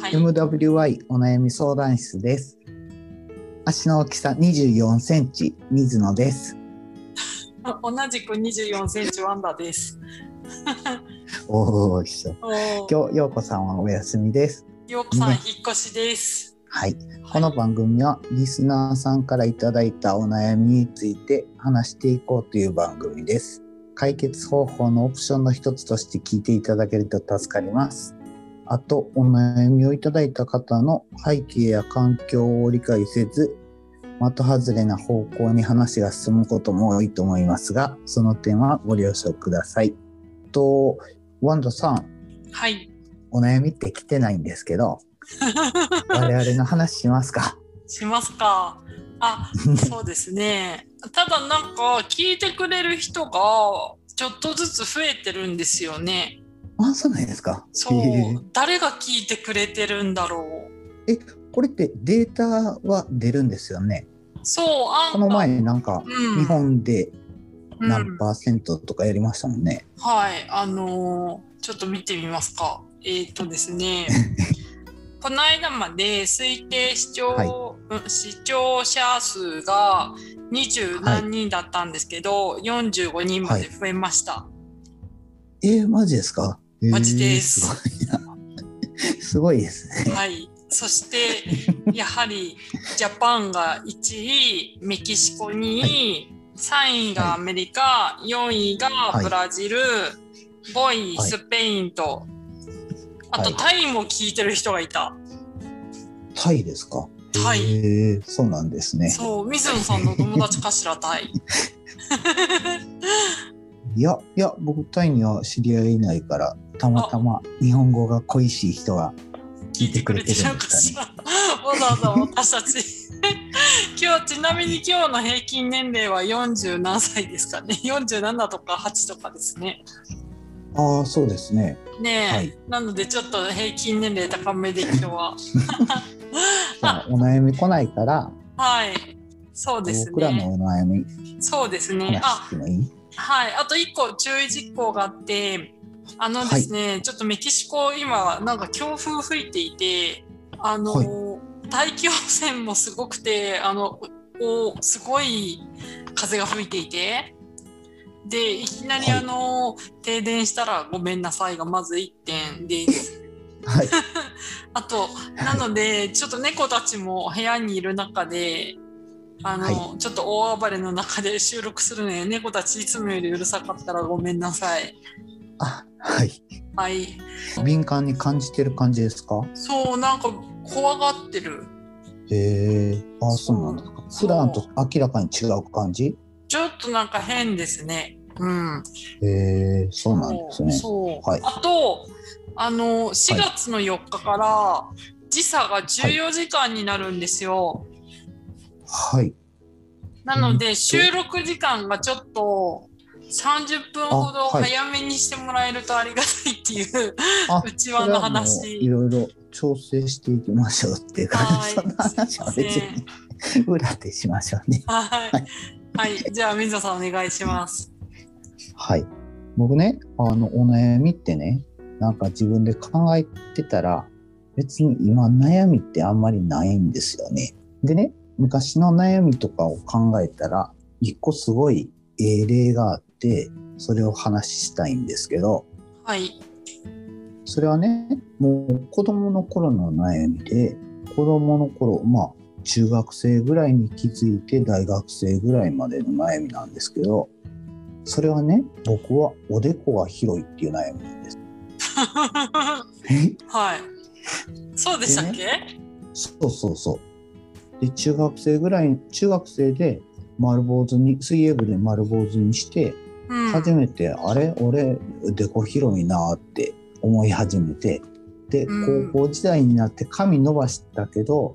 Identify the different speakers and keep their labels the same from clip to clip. Speaker 1: はい
Speaker 2: MWI お悩み相談室です。足の大きさ24センチ、水野です。
Speaker 1: あ同じく24センチワンダです。
Speaker 2: おお、一緒。
Speaker 1: おー
Speaker 2: 今日、ようこさんはお休みです。
Speaker 1: ようこさん
Speaker 2: ね
Speaker 1: 引っ越しです。
Speaker 2: はい。この番組はリスナーさんからいただいたお悩みについて話していこうという番組です。解決方法のオプションの一つとして聞いていただけると助かります。あと、お悩みをいただいた方の背景や環境を理解せず、的外れな方向に話が進むことも多いと思いますが、その点はご了承ください。と、ワンダさん、
Speaker 1: はい。
Speaker 2: お悩みって来てないんですけ ど、我々の話しますか
Speaker 1: しますか。 あ、そうですね。ただなんか聞いてくれる人がちょっとずつ増えてるんですよね。
Speaker 2: あ、そうなんですか。
Speaker 1: そう
Speaker 2: へえ。
Speaker 1: 誰が聞いてくれてるんだろう。
Speaker 2: これってデータは出るんですよね。
Speaker 1: そう、あん
Speaker 2: この前なんか
Speaker 1: うん、
Speaker 2: 日本で
Speaker 1: うん
Speaker 2: 何パーセントとかやりましたもんね。
Speaker 1: はい、あのーちょっと見てみますか。えっ、とです ね、この間まで推定視聴、
Speaker 2: はい
Speaker 1: うん視聴者数が20何人だったんですけど、45人まで増えました。
Speaker 2: えー、マジですか。えー
Speaker 1: マジです
Speaker 2: すごいな。 すごいですね。
Speaker 1: はい、そしてやはりジャパンが1位、メキシコ2位、
Speaker 2: は
Speaker 1: 3位がアメリカ、4位がブラジル、5位
Speaker 2: はい
Speaker 1: スペインと、あと
Speaker 2: はい
Speaker 1: タイも聞いてる人がいた。
Speaker 2: タイですか。
Speaker 1: タイ
Speaker 2: えー、そうなんですね。
Speaker 1: そう、水野さんのお友達かしら、タイ。
Speaker 2: いやいや僕タイには知り合いいないからたまたま日本語が恋しい人が
Speaker 1: 聞いてくれてるのかしら。わざわざ私たち。 今日、ちなみに今日の平均年齢は40何歳ですかね。47とか8とかですね。
Speaker 2: ああそうですね。
Speaker 1: ねえ、
Speaker 2: はい
Speaker 1: なのでちょっと平均年齢高めで今日は。
Speaker 2: じゃあお悩み来ないから、
Speaker 1: はい。そうです
Speaker 2: 僕らの
Speaker 1: ね。
Speaker 2: お悩み
Speaker 1: そうですね。
Speaker 2: 話
Speaker 1: あ、
Speaker 2: してもいい？
Speaker 1: はい、あと1個注意事項があって、あのですね、ちょっとメキシコ、今、なんか強風吹いていて、あの、
Speaker 2: はい
Speaker 1: 大気汚染もすごくて、あの、おすごい風が吹いていて、で、いきなり
Speaker 2: はい
Speaker 1: あの、停電したらごめんなさいがまず1点です。
Speaker 2: はい。
Speaker 1: あと、なので、ちょっと猫たちも部屋にいる中で、あの、
Speaker 2: は
Speaker 1: ちょっと大暴れの中で収録するね。猫たちいつもよりうるさかったらごめんなさい。
Speaker 2: あはい。
Speaker 1: はい。
Speaker 2: 敏感に感じてる感じですか？
Speaker 1: そう、なんか怖がってる。
Speaker 2: へえ、あそうなんですか。
Speaker 1: そう
Speaker 2: 普段と明らかに違う感じ。
Speaker 1: ちょっとなんか変ですね。うん。
Speaker 2: へえ、そうなんですね。
Speaker 1: そう。
Speaker 2: はい
Speaker 1: あと、あの、4月の4日から時差が14時間になるんですよ。
Speaker 2: はい。
Speaker 1: なので収録時間がちょっと30分ほど
Speaker 2: あはい
Speaker 1: 早めにしてもらえるとありがたいっていう
Speaker 2: あ
Speaker 1: うちわの
Speaker 2: それはもうい
Speaker 1: 話。
Speaker 2: ろいろ調整していきましょうっていう感
Speaker 1: は
Speaker 2: じ。
Speaker 1: い
Speaker 2: そんな話は別
Speaker 1: すいま
Speaker 2: に裏でしましょうね。
Speaker 1: はい。はい、じゃあ水野さんお願いします。
Speaker 2: はい。僕ね、あのお悩みってね、なんか自分で考えてたら、別に今悩みってあんまりないんですよね。でね、昔の悩みとかを考えたら、一個すごいええ例があって、それを話ししたいんですけど、
Speaker 1: はい。
Speaker 2: それはねもう子供の頃の悩みで子供の頃まあ中学生ぐらいに気づいて大学生ぐらいまでの悩みなんですけどそれはね僕はおでこが広いっていう悩みなんです。
Speaker 1: はい。そうでしたっけ？
Speaker 2: そうそうそう。で中学生ぐらい中学生で丸坊主に水泳部で丸坊主にして
Speaker 1: うん。
Speaker 2: 初めて、あれ俺でこ広いなーって思い始めてで、
Speaker 1: うん
Speaker 2: 高校時代になって髪伸ばしたけど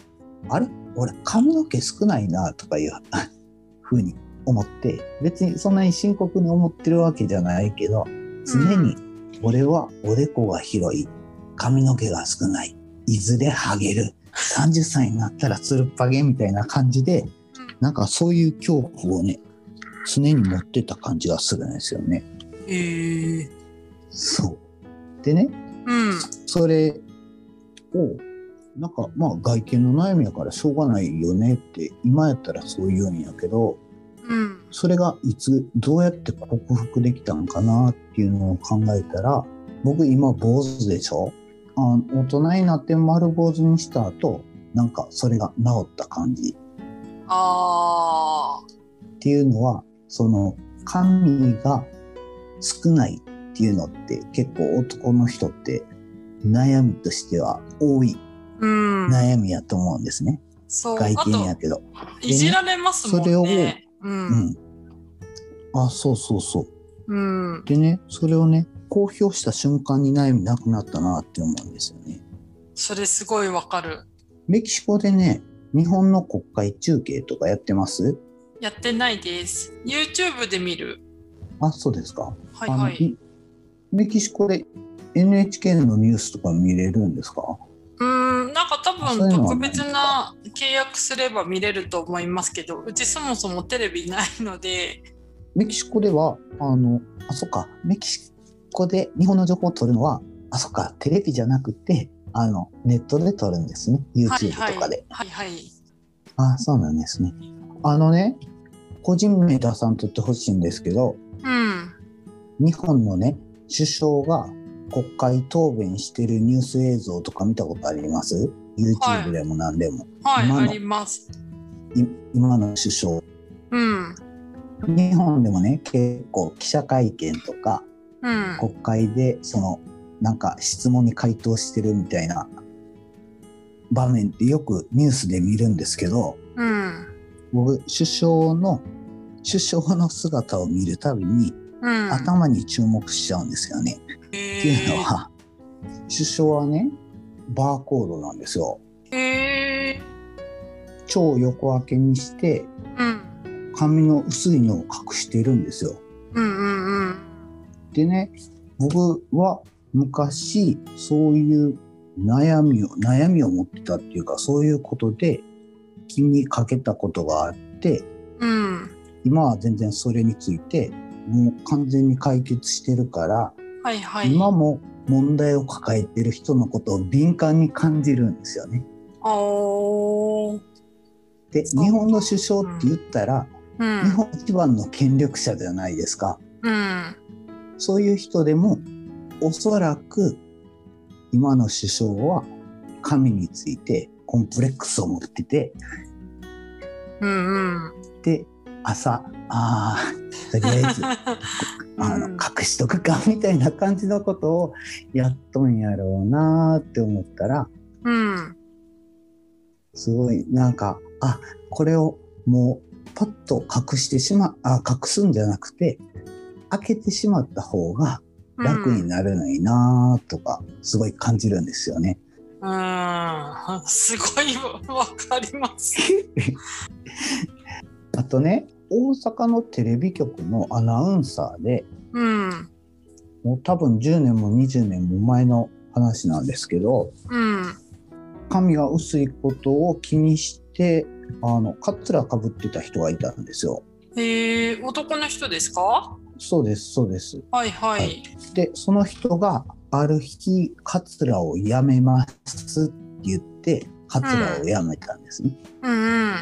Speaker 2: あれ俺髪の毛少ないなとかいう ふうに思って別にそんなに深刻に思ってるわけじゃないけど常に俺はおでこが広い髪の毛が少ないいずれハゲる30歳になったらつるっぱげみたいな感じでなんかそういう恐怖をね常に持ってた感じがするんですよね。
Speaker 1: えー、
Speaker 2: そうでね
Speaker 1: うん。
Speaker 2: それをなんかまあ外見の悩みやからしょうがないよねって今やったらそう言うんやけど
Speaker 1: うん
Speaker 2: それがいつどうやって克服できたんかなっていうのを考えたら僕今坊主でしょあ大人になって丸坊主にした後なんかそれが治った感じ
Speaker 1: あー
Speaker 2: っていうのはその髪が少ないっていうのって結構男の人って悩みとしては多い
Speaker 1: うん
Speaker 2: 悩みやと思うんですね、
Speaker 1: そう
Speaker 2: 外
Speaker 1: あ
Speaker 2: 見や
Speaker 1: と
Speaker 2: けど。
Speaker 1: いじられますもんね
Speaker 2: それを
Speaker 1: う
Speaker 2: うんん、あそうそうそう。
Speaker 1: うん
Speaker 2: でねそれをね公表した瞬間に悩みなくなったなって思うんですよね。
Speaker 1: それすごいわかる
Speaker 2: メキシコでね日本の国会中継とかやってます
Speaker 1: やってないです YouTube で見る
Speaker 2: あそうですか。
Speaker 1: はいは
Speaker 2: あの
Speaker 1: い
Speaker 2: いメキシコで NHK のニュースとか見れるんですか
Speaker 1: うんなんか多
Speaker 2: そう
Speaker 1: 分
Speaker 2: いうのは
Speaker 1: 特別な契約すれば見れると思いますけどうちそもそもテレビないので
Speaker 2: メキシコでは、あの、あ、そっか、メキシコで日本の情報を取るのは、あ、そっか、テレビじゃなくて、あの、ネットで取るんですね。YouTube
Speaker 1: はい
Speaker 2: とかで。
Speaker 1: はいはい
Speaker 2: あ、そうなんですね。あのね、個人名出さんとってほしいんですけど、
Speaker 1: うん
Speaker 2: 日本のね、首相が国会答弁してるニュース映像とか見たことあります ?YouTube でも何でも。
Speaker 1: はい
Speaker 2: 今
Speaker 1: あ
Speaker 2: の
Speaker 1: ります
Speaker 2: い今の首相。
Speaker 1: うん
Speaker 2: 日本でもね、結構記者会見とか、
Speaker 1: うん
Speaker 2: 国会でそのなんか質問に回答してるみたいな場面ってよくニュースで見るんですけど
Speaker 1: うん
Speaker 2: 僕首相の首相の姿を見るたびに
Speaker 1: うん
Speaker 2: 頭に注目しちゃうんですよね。って
Speaker 1: へ
Speaker 2: いうのは首相はねバーコードなんですよ。
Speaker 1: えへえ
Speaker 2: 超横分けにして
Speaker 1: うん
Speaker 2: 髪の薄いのを隠してるんですよ。
Speaker 1: うんうんうん
Speaker 2: でね僕は昔そういう悩みを悩みを持ってたっていうかそういうことで気にかけたことがあって
Speaker 1: うん
Speaker 2: 今は全然それについてもう完全に解決してるから、
Speaker 1: はいはい
Speaker 2: 今も問題を抱えてる人のことを敏感に感じるんですよね。
Speaker 1: あー
Speaker 2: で
Speaker 1: そう
Speaker 2: 日本の首相って言ったら、
Speaker 1: うん
Speaker 2: 日本一番の権力者じゃないですか。
Speaker 1: うん
Speaker 2: そういう人でも、おそらく今の首相は神についてコンプレックスを持ってて、
Speaker 1: うんうん
Speaker 2: で、朝、ああ、とりあえず、あの、
Speaker 1: うん
Speaker 2: 隠しとくか、みたいな感じのことをやっとんやろうなーって思ったら、
Speaker 1: うん
Speaker 2: すごい、なんか、あ、これをもう、パッと隠してしま、あ、隠すんじゃなくて、開けてしまった方が楽になるのになーとか、すごい感じるんですよね。
Speaker 1: うーん、すごいわかります。
Speaker 2: あとね大阪のテレビ局のアナウンサーで
Speaker 1: うん、
Speaker 2: もう多分10年も20年も前の話なんですけど
Speaker 1: うん、
Speaker 2: 髪が薄いことを気にしてあのカツラかぶってた人がいたんですよ。
Speaker 1: えー、男の人ですか。
Speaker 2: そうですそうです。
Speaker 1: はいはい。
Speaker 2: はいでその人がある日カツラをやめますって言ってカツラをやめたんですね。
Speaker 1: うんうん、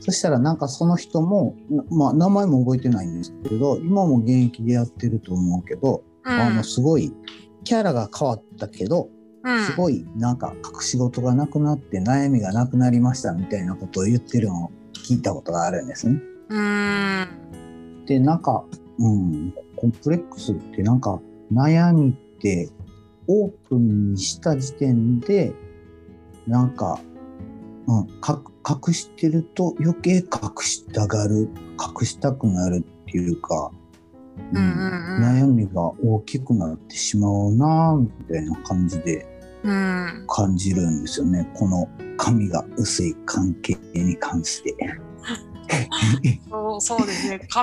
Speaker 2: そしたらなんかその人も、なまあ、名前も覚えてないんですけど今も現役でやってると思うけど
Speaker 1: うん、
Speaker 2: あのすごいキャラが変わったけど、
Speaker 1: うん、
Speaker 2: すごいなんか隠し事がなくなって悩みがなくなりましたみたいなことを言ってるのを聞いたことがあるんですね。
Speaker 1: うーん、
Speaker 2: でなんか、うん、コンプレックスってなんか悩みってオープンにした時点でなんか、うん、か隠してると余計隠したがる隠したくなるっていうか、
Speaker 1: うんうんうん
Speaker 2: 悩みが大きくなってしまうなぁみたいな感じで
Speaker 1: うん、
Speaker 2: 感じるんですよねこの髪が薄い関係に 関して。
Speaker 1: そう、そうです ね。髪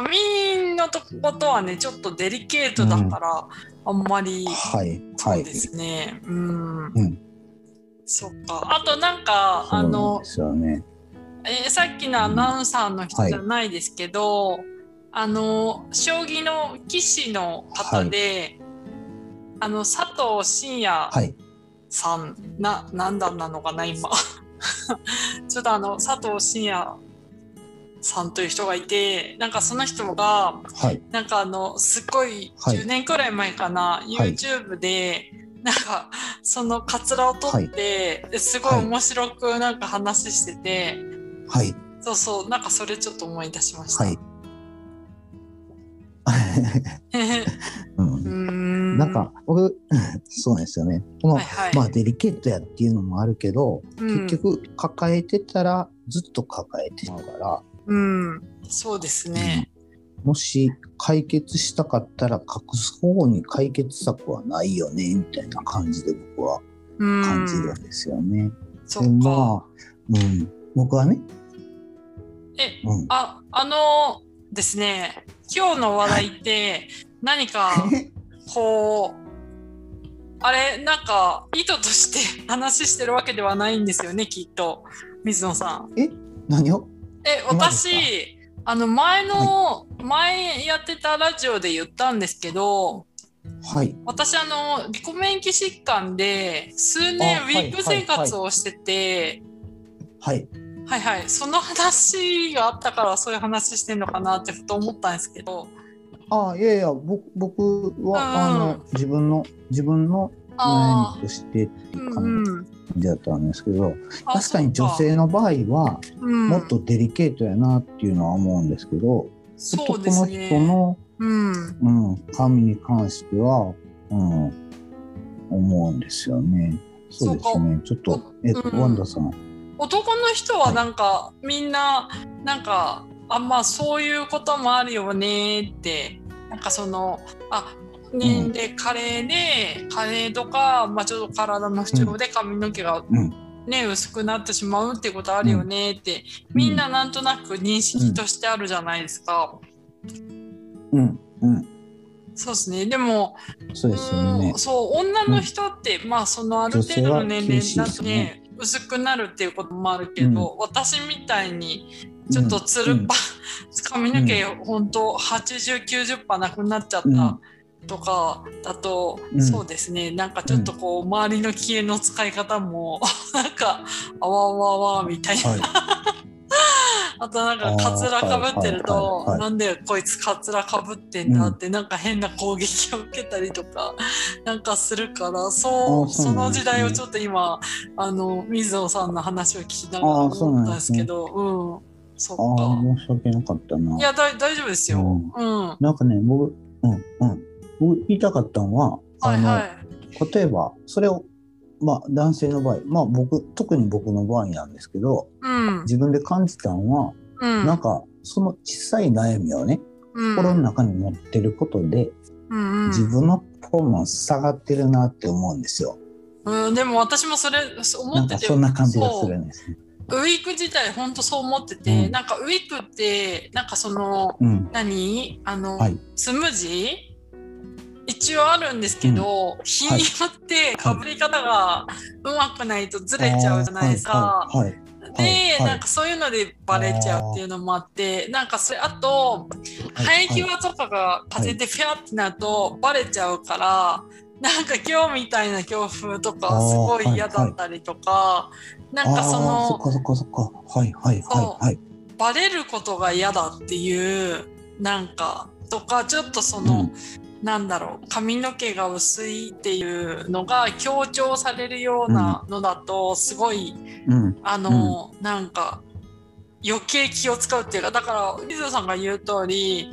Speaker 1: のとことはね、ちょっとデリケートだから、あんまり。
Speaker 2: はい
Speaker 1: そ
Speaker 2: は
Speaker 1: う
Speaker 2: い
Speaker 1: ですね。うん。
Speaker 2: うん
Speaker 1: そっか。あとなんか、あ
Speaker 2: そうなん
Speaker 1: の
Speaker 2: で、すよね。
Speaker 1: えーさっきのアナウンサーの人じゃないですけど、あの将棋の棋士の方で、あの佐藤真也
Speaker 2: はい
Speaker 1: 3な何段なのかな今 ちょっとあの佐藤真也さんという人がいてなんかその人が
Speaker 2: はい。
Speaker 1: なんかあのすっごい
Speaker 2: はい
Speaker 1: 10年くらい前かな、
Speaker 2: はい
Speaker 1: YouTube でなんかそのカツラを取って、ですごい面白くなんか話してて、
Speaker 2: はい。
Speaker 1: そうそうなんかそれちょっと思い出しました。。
Speaker 2: はい うん
Speaker 1: うーん
Speaker 2: なんか僕 そうなんですよねこの、
Speaker 1: はいはい
Speaker 2: まあ、デリケートやっていうのもあるけど、
Speaker 1: うん
Speaker 2: 結局抱えてたらずっと抱えてたから、
Speaker 1: うん、そうですね。
Speaker 2: もし解決したかったら隠す方に解決策はないよねみたいな感じで僕は
Speaker 1: うん、
Speaker 2: 感じるんですよね。
Speaker 1: そ
Speaker 2: で
Speaker 1: っか。
Speaker 2: まあ、うん、僕はね、
Speaker 1: え、
Speaker 2: うん、
Speaker 1: あ、あのですね、今日の話題って何 かこう。あれなんか意図として 話してるわけではないんですよねきっと水野さん。
Speaker 2: 何を
Speaker 1: え
Speaker 2: 今で
Speaker 1: 私
Speaker 2: すか
Speaker 1: あの前の、前やってたラジオで言ったんですけど
Speaker 2: はい
Speaker 1: 私あのリコメン気疾患で数年
Speaker 2: あ
Speaker 1: ウ
Speaker 2: は
Speaker 1: ィ
Speaker 2: い
Speaker 1: ーク生活をしてて
Speaker 2: はい
Speaker 1: はいはいその話があったからそういう話してんのかなってふと思ったんですけど
Speaker 2: ああいやいや僕僕は、
Speaker 1: うん
Speaker 2: あの自分の自分の
Speaker 1: あ
Speaker 2: 悩み
Speaker 1: あ
Speaker 2: としてっていう
Speaker 1: う
Speaker 2: 感
Speaker 1: んうん
Speaker 2: じだったんですけど、
Speaker 1: あ
Speaker 2: 確かに女
Speaker 1: そ
Speaker 2: 性の場合は
Speaker 1: うかうん
Speaker 2: もっとデリケートやなっていうのは思うんですけど、
Speaker 1: そう
Speaker 2: 男
Speaker 1: です
Speaker 2: の
Speaker 1: ね
Speaker 2: 人の、
Speaker 1: うん
Speaker 2: うん、髪に関しては、うん、思うんですよね。そうですね。ちょっと、えっと、
Speaker 1: うん
Speaker 2: ワンダさん。
Speaker 1: 男の人はなんかみんななんかあまあそういうこともあるよねってなんかそのあ年齢加齢で加齢とか、まあ、ちょっと体の不調で髪の毛が、
Speaker 2: うん
Speaker 1: ね薄くなってしまうってことあるよねって、みんななんとなく認識としてあるじゃないですか。
Speaker 2: うん、うん、
Speaker 1: そうですねでも
Speaker 2: そうですよね
Speaker 1: うん。そう女の人って、まあそのある程度の年齢にな
Speaker 2: 女性は厳
Speaker 1: っ
Speaker 2: しい
Speaker 1: て、
Speaker 2: で
Speaker 1: ね、薄くなるっていうこともあるけど、私みたいにちょっとつるっぱ、 髪の毛本当8090%なくなっちゃっ
Speaker 2: うん
Speaker 1: たとかだと、
Speaker 2: うん
Speaker 1: そうですねなんかちょっとこう、周りの気鋭の使い方も なんかあわあわあわみたいな、
Speaker 2: はい。
Speaker 1: あとなんかカツラかぶってる
Speaker 2: はいはいはいは
Speaker 1: と
Speaker 2: い
Speaker 1: なんでこいつカツラかぶってんだってなんか変な攻撃を受けたりとか なんかするからそ
Speaker 2: あ
Speaker 1: う
Speaker 2: そう
Speaker 1: そ
Speaker 2: なん
Speaker 1: の
Speaker 2: ですね
Speaker 1: 時代をちょっと今あの水野さんの話を聞きながら
Speaker 2: あそう
Speaker 1: 思
Speaker 2: な
Speaker 1: っ
Speaker 2: ん
Speaker 1: たん
Speaker 2: で
Speaker 1: ですす
Speaker 2: ね
Speaker 1: けどうんそっ
Speaker 2: ああ
Speaker 1: か。。
Speaker 2: ー、申し訳なかったない
Speaker 1: やだい大丈夫ですよ。
Speaker 2: う
Speaker 1: うんん、
Speaker 2: なんかね、僕、うん、うん。僕言いたかったのは、
Speaker 1: はい
Speaker 2: あの、
Speaker 1: はい。
Speaker 2: 例えば、それを、まあ、男性の場合、まあ、僕、特に僕の場合なんですけど、
Speaker 1: うん
Speaker 2: 自分で感じたのは、
Speaker 1: うん
Speaker 2: なんか、その小さい悩みをね、
Speaker 1: うん
Speaker 2: 心の中に持ってることで、
Speaker 1: うんうん
Speaker 2: 自分のパフォーマンス下がってるなって思うんですよ。
Speaker 1: うんでも私もそれそう
Speaker 2: な
Speaker 1: 思
Speaker 2: ん
Speaker 1: って
Speaker 2: か
Speaker 1: て
Speaker 2: そんな感じがするんですね。
Speaker 1: ウィーク自体本当そう思ってて、
Speaker 2: うん
Speaker 1: なんかウィークってなんかその
Speaker 2: うん。
Speaker 1: 何あの、
Speaker 2: はい
Speaker 1: スムージー一応あるんですけど、日によってかぶり方がうまくないとずれちゃうじゃないですか。
Speaker 2: はいはい
Speaker 1: で、
Speaker 2: はいはい
Speaker 1: なんかそういうのでバレちゃうっていうのもあってなんかそれあと
Speaker 2: はい
Speaker 1: 生え際とかが風でフィャーってなるとバレちゃうから、なんか今日みたいな強風とかすごい嫌だったりとか、なんかそ
Speaker 2: あー
Speaker 1: の
Speaker 2: そっかそっかそっか。はいはいはいはい。
Speaker 1: バレることが嫌だっていうなんかとかちょっとその、
Speaker 2: うん
Speaker 1: なんだろう髪の毛が薄いっていうのが強調されるようなのだとすごい、
Speaker 2: うん。
Speaker 1: あの、なんか余計気を使うっていうかだから水野さんが言う通り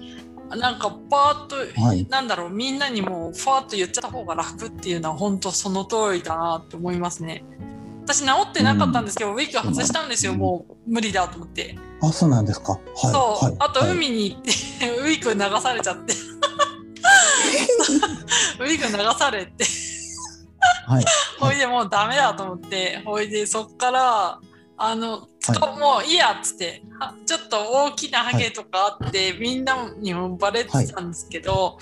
Speaker 1: なんかパーッと、
Speaker 2: はい
Speaker 1: なんだろうみんなにもうファーッと言っちゃった方が楽っていうのは本当その通りだなって思いますね。私治ってなかったんですけど、ウィーク外したんですよ、
Speaker 2: うん
Speaker 1: もう無理だと思って。
Speaker 2: あ、そうなんですか。はい。
Speaker 1: そう、
Speaker 2: はい、
Speaker 1: あと
Speaker 2: はい
Speaker 1: 海に行って、 ウィーク流されちゃ って。ウィーク流されて、
Speaker 2: はい。
Speaker 1: ほいでもうダメだと思って、ほいでそっから、あの、つか
Speaker 2: は
Speaker 1: もういいやっつって、あちょっと大きなハゲとかあって、みんなにもバレてたんですけど、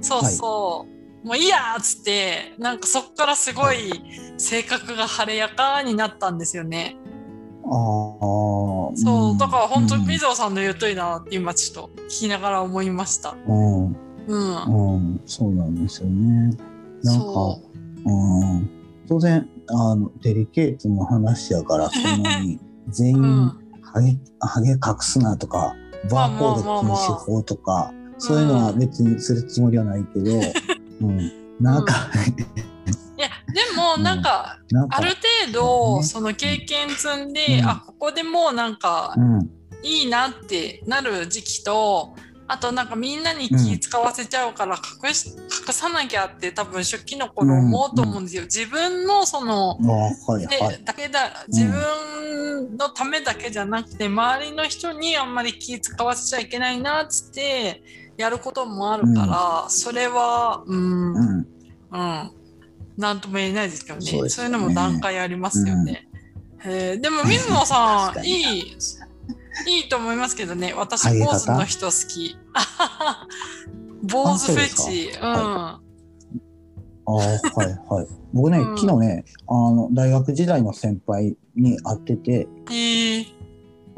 Speaker 1: そうそう、もういいやっつって、なんかそっからすごい性格が晴れやかになったんですよね。
Speaker 2: ああ。
Speaker 1: そう、だから本当に
Speaker 2: うん
Speaker 1: 水野さんの言うといいなって今ちょっと聞きながら思いました。
Speaker 2: うん、
Speaker 1: うん。
Speaker 2: うん、そうなんですよね。なんか
Speaker 1: そ、
Speaker 2: うん、当然あのデリケートの話やからそん なに全員ハゲ,、ハゲ隠すなとかバーコード禁止法とか、そういうのは別にするつもりはない けど、うんなんか、
Speaker 1: いやでもなんか、
Speaker 2: なん
Speaker 1: あ
Speaker 2: か
Speaker 1: る程
Speaker 2: そう
Speaker 1: 度
Speaker 2: ね
Speaker 1: その経験積んで、
Speaker 2: うん
Speaker 1: あここでもうなんか
Speaker 2: うん
Speaker 1: いいなってなる時期とあとなんかみんなに気使わせちゃうから隠し、隠さなきゃって多分初期の頃思うと思うんですよ。自分のその
Speaker 2: あはい
Speaker 1: で
Speaker 2: はい。
Speaker 1: だけだ自分のためだけじゃなくて、周りの人にあんまり気使わせちゃいけないなっつってやることもあるから、それはうん、
Speaker 2: う
Speaker 1: うん、
Speaker 2: ん
Speaker 1: なんとも言えないですけどね
Speaker 2: そう
Speaker 1: そう
Speaker 2: ですね
Speaker 1: いうのも段階ありますよね。へーでも水野さ
Speaker 2: 確
Speaker 1: んい
Speaker 2: かに
Speaker 1: いいいと思いますけどね私
Speaker 2: 入り
Speaker 1: 坊
Speaker 2: 方
Speaker 1: 主の人好き。坊主フェチ。うん、
Speaker 2: あーはいはい。僕ね、
Speaker 1: うん
Speaker 2: 昨日ねあの大学時代の先輩に会ってて
Speaker 1: えー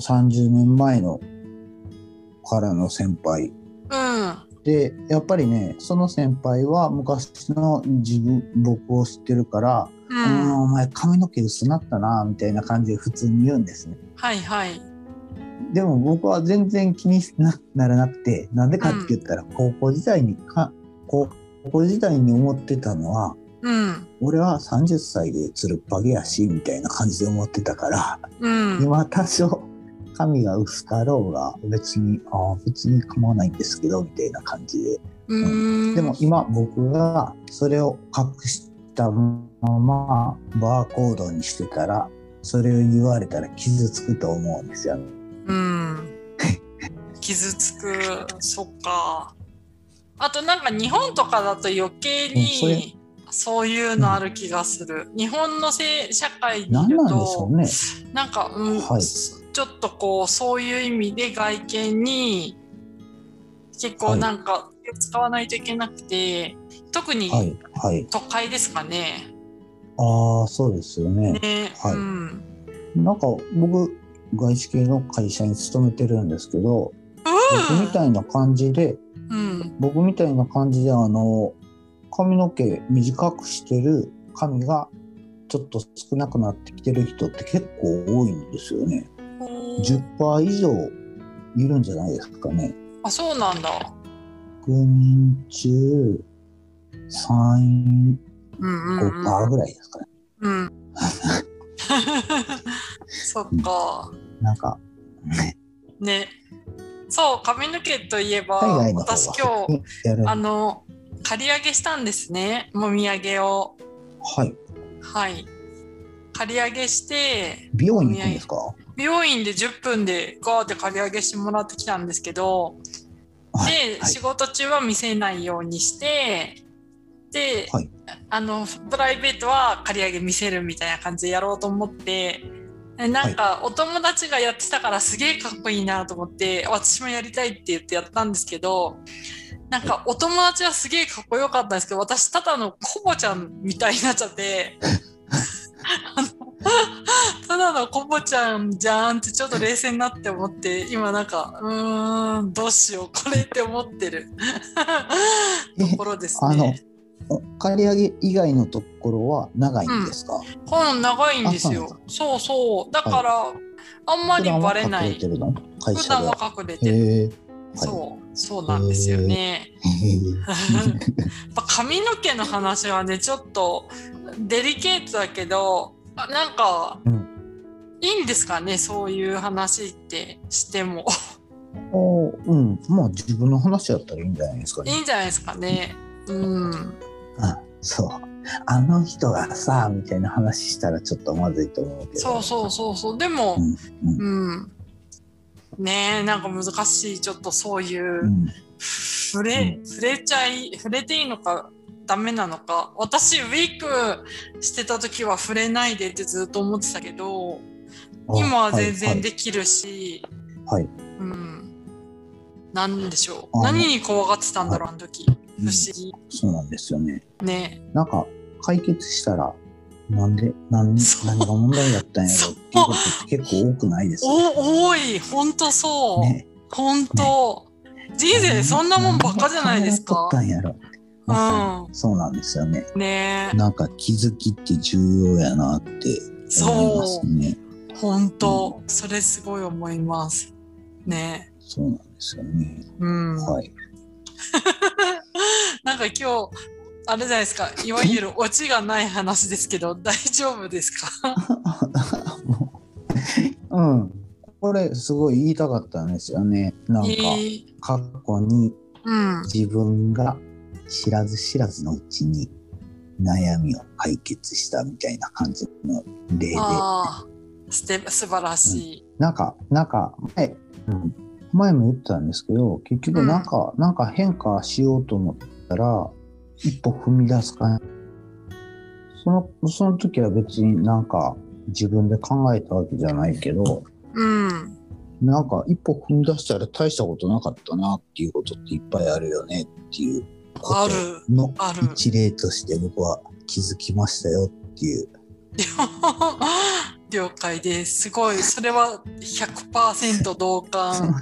Speaker 2: 30年前のからの先
Speaker 1: う
Speaker 2: 輩
Speaker 1: ん
Speaker 2: でやっぱりねその先輩は昔の自分僕を知ってるから「
Speaker 1: う、
Speaker 2: うんんお前髪の毛薄なったな」みたいな感じで普通に言うんですね。
Speaker 1: はいはい。
Speaker 2: でも僕は全然気になならなくてなんでかって言ったら高校時代にか高校時代に思ってたのは
Speaker 1: うん
Speaker 2: 俺は30歳でつるっぱげやしみたいな感じで思ってたから、
Speaker 1: うん、
Speaker 2: 今多少髪が薄かろうが別にああ別に構わないんですけどみたいな感じで
Speaker 1: うーん
Speaker 2: でも今僕がそれを隠したままバーコードにしてたらそれを言われたら傷つくと思うんですよね。
Speaker 1: うん、傷つくそっかあとなんか日本とかだと余計
Speaker 2: うんそれ
Speaker 1: にそういうのある気がする、日本のせい社会にい
Speaker 2: 何
Speaker 1: る
Speaker 2: なんでしょ
Speaker 1: と
Speaker 2: うね。
Speaker 1: なんか、うん
Speaker 2: はい
Speaker 1: そちょっとこうそういう意味で外見に結構なんか気を使わないといけなくて特に
Speaker 2: はいはい。
Speaker 1: 都会ですかね。
Speaker 2: ああそうですよね。
Speaker 1: ね
Speaker 2: はい
Speaker 1: うん
Speaker 2: なんか僕外資系の会社に勤めてるんですけど、僕みたいな感じで
Speaker 1: うん
Speaker 2: 僕みたいな感じであの髪の毛短くしてる髪がちょっと少なくなってきてる人って結構多いんですよね。
Speaker 1: ほう
Speaker 2: 10%以上いるんじゃないですかね。
Speaker 1: あそうなんだ。
Speaker 2: 6人中3、
Speaker 1: うんうんうん
Speaker 2: 5%ぐらいですかね。
Speaker 1: うん。 そっか。
Speaker 2: なんか、ね、
Speaker 1: ね。そう、髪の毛といえば、
Speaker 2: 海外の方
Speaker 1: 私今
Speaker 2: は
Speaker 1: 日、
Speaker 2: やる。
Speaker 1: あ
Speaker 2: は
Speaker 1: の、借り上げしたんですね。もみあげを。
Speaker 2: い。
Speaker 1: はい。借り上げして、
Speaker 2: 美容院行くんですか
Speaker 1: 美容院で10分でガーって借り上げしてもらってきたんですけど、
Speaker 2: はい。
Speaker 1: で、仕事中は見せないようにして、で、
Speaker 2: はい
Speaker 1: あのプライベートは借り上げ見せるみたいな感じでやろうと思ってでなんかお友達がやってたからすげえかっこいいなと思って私もやりたいって言ってやったんですけどなんかお友達はすげえかっこよかったんですけど私ただのコボちゃんみたいになっちゃって あのただのコボちゃんじゃんってちょっと冷静になって思って今なんかうーんどうしようこれって思ってる ところですね。
Speaker 2: あの、お借り上げ以外のところは長いんですか、
Speaker 1: この長いんです
Speaker 2: あ
Speaker 1: よ
Speaker 2: そ
Speaker 1: そ
Speaker 2: う。
Speaker 1: うそう。だから、あんまりバレな
Speaker 2: 隠
Speaker 1: い
Speaker 2: れ。てるの会
Speaker 1: 普
Speaker 2: 社
Speaker 1: 段
Speaker 2: で
Speaker 1: は
Speaker 2: は。
Speaker 1: 隠れてる。
Speaker 2: へえ。
Speaker 1: そう、そうなんですよね。 やっぱ髪の毛の話はね、ちょっとデリケートだけど、あなんか、
Speaker 2: うん
Speaker 1: いいんですかね、そういう話ってしても。
Speaker 2: おーうん、まあ自分の話やったらいいんじゃないですか
Speaker 1: い
Speaker 2: ね。
Speaker 1: いんじゃないですかね。うん。
Speaker 2: うん、そう。あの人がさ、みたいな話したらちょっとまずいと思うけど。
Speaker 1: そうそうそうそう。でも、
Speaker 2: う。
Speaker 1: うんん。ねえ、なんか難しい、ちょっとそういう。
Speaker 2: うん。
Speaker 1: 触れ、触れちゃい、触れていいのか、ダメなのか。私、ウィークしてた時は触れないでってずっと思ってたけど、
Speaker 2: あ
Speaker 1: 今は全
Speaker 2: い
Speaker 1: 然
Speaker 2: い
Speaker 1: できるし、
Speaker 2: はいはい
Speaker 1: うん。なんでしょ
Speaker 2: あ
Speaker 1: う。
Speaker 2: の
Speaker 1: 何に怖がってたんだろう、あの時。不
Speaker 2: うん
Speaker 1: 思議。
Speaker 2: そうなんですよね。
Speaker 1: ね。
Speaker 2: なんか解決したら、なんで、なん
Speaker 1: そう
Speaker 2: 何が問題だったんやろっていうことって結構多くないです
Speaker 1: お、多い。ほんとそう。
Speaker 2: ね。
Speaker 1: ほんと。人生そんなもんばっかじゃないですか。
Speaker 2: 何が取ったんやろ。まさにそうなんですよね。
Speaker 1: ね
Speaker 2: なんか気づきって重要やなって思いますね。
Speaker 1: え本当、それすごい思いますね
Speaker 2: そうなんですよね。
Speaker 1: うん、
Speaker 2: はい。
Speaker 1: なんか今日あれじゃないですかいわゆるオチがない話ですけど 大丈夫ですか
Speaker 2: もううん。これすごい言いたかったんですよね。なんか
Speaker 1: いい
Speaker 2: 過去に
Speaker 1: うん
Speaker 2: 自分が知らず知らずのうちに悩みを解決したみたいな感じの例で。
Speaker 1: ああ素て素晴らしい、
Speaker 2: なんか、なんか、前、うん前も言ったんですけど、結局
Speaker 1: うん
Speaker 2: なんか、なんか変化しようと思ったら、一歩踏み出すか、その、その時は別になんか自分で考えたわけじゃないけど、
Speaker 1: うん
Speaker 2: なんか一歩踏み出したら大したことなかったなっていうことっていっぱいあるよねっていうこ
Speaker 1: あ
Speaker 2: と
Speaker 1: る
Speaker 2: の
Speaker 1: ある
Speaker 2: 一例として僕は気づきましたよっていう。
Speaker 1: 了解ですすごいそれは100%同 感
Speaker 2: は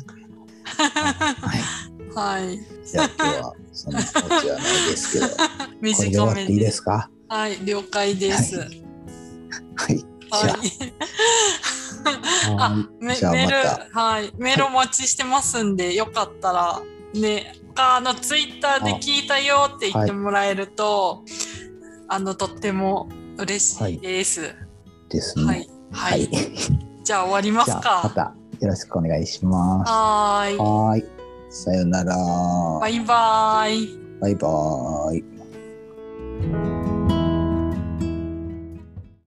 Speaker 2: い。
Speaker 1: はい
Speaker 2: じゃあ今日はそんなことじゃないですけど、これで終
Speaker 1: 短
Speaker 2: わっ
Speaker 1: め
Speaker 2: ていいで
Speaker 1: です
Speaker 2: か
Speaker 1: はい了解です、
Speaker 2: は
Speaker 1: はいい
Speaker 2: はい。じゃあ
Speaker 1: あ
Speaker 2: は
Speaker 1: めメ
Speaker 2: じゃあま
Speaker 1: ー
Speaker 2: た
Speaker 1: ル、はい、メールお待ちしてますんで、よかったら、ね、あの、ツイッターで聞いたよって言ってもらえると、あの、とっても嬉しいです。
Speaker 2: いですね。
Speaker 1: はい。はい。
Speaker 2: はい
Speaker 1: じゃあ終わります
Speaker 2: じゃあ
Speaker 1: か。
Speaker 2: またよろしくお願いします。
Speaker 1: はーい。
Speaker 2: はーい。さよなら。
Speaker 1: バイバイ。
Speaker 2: バイバーイ。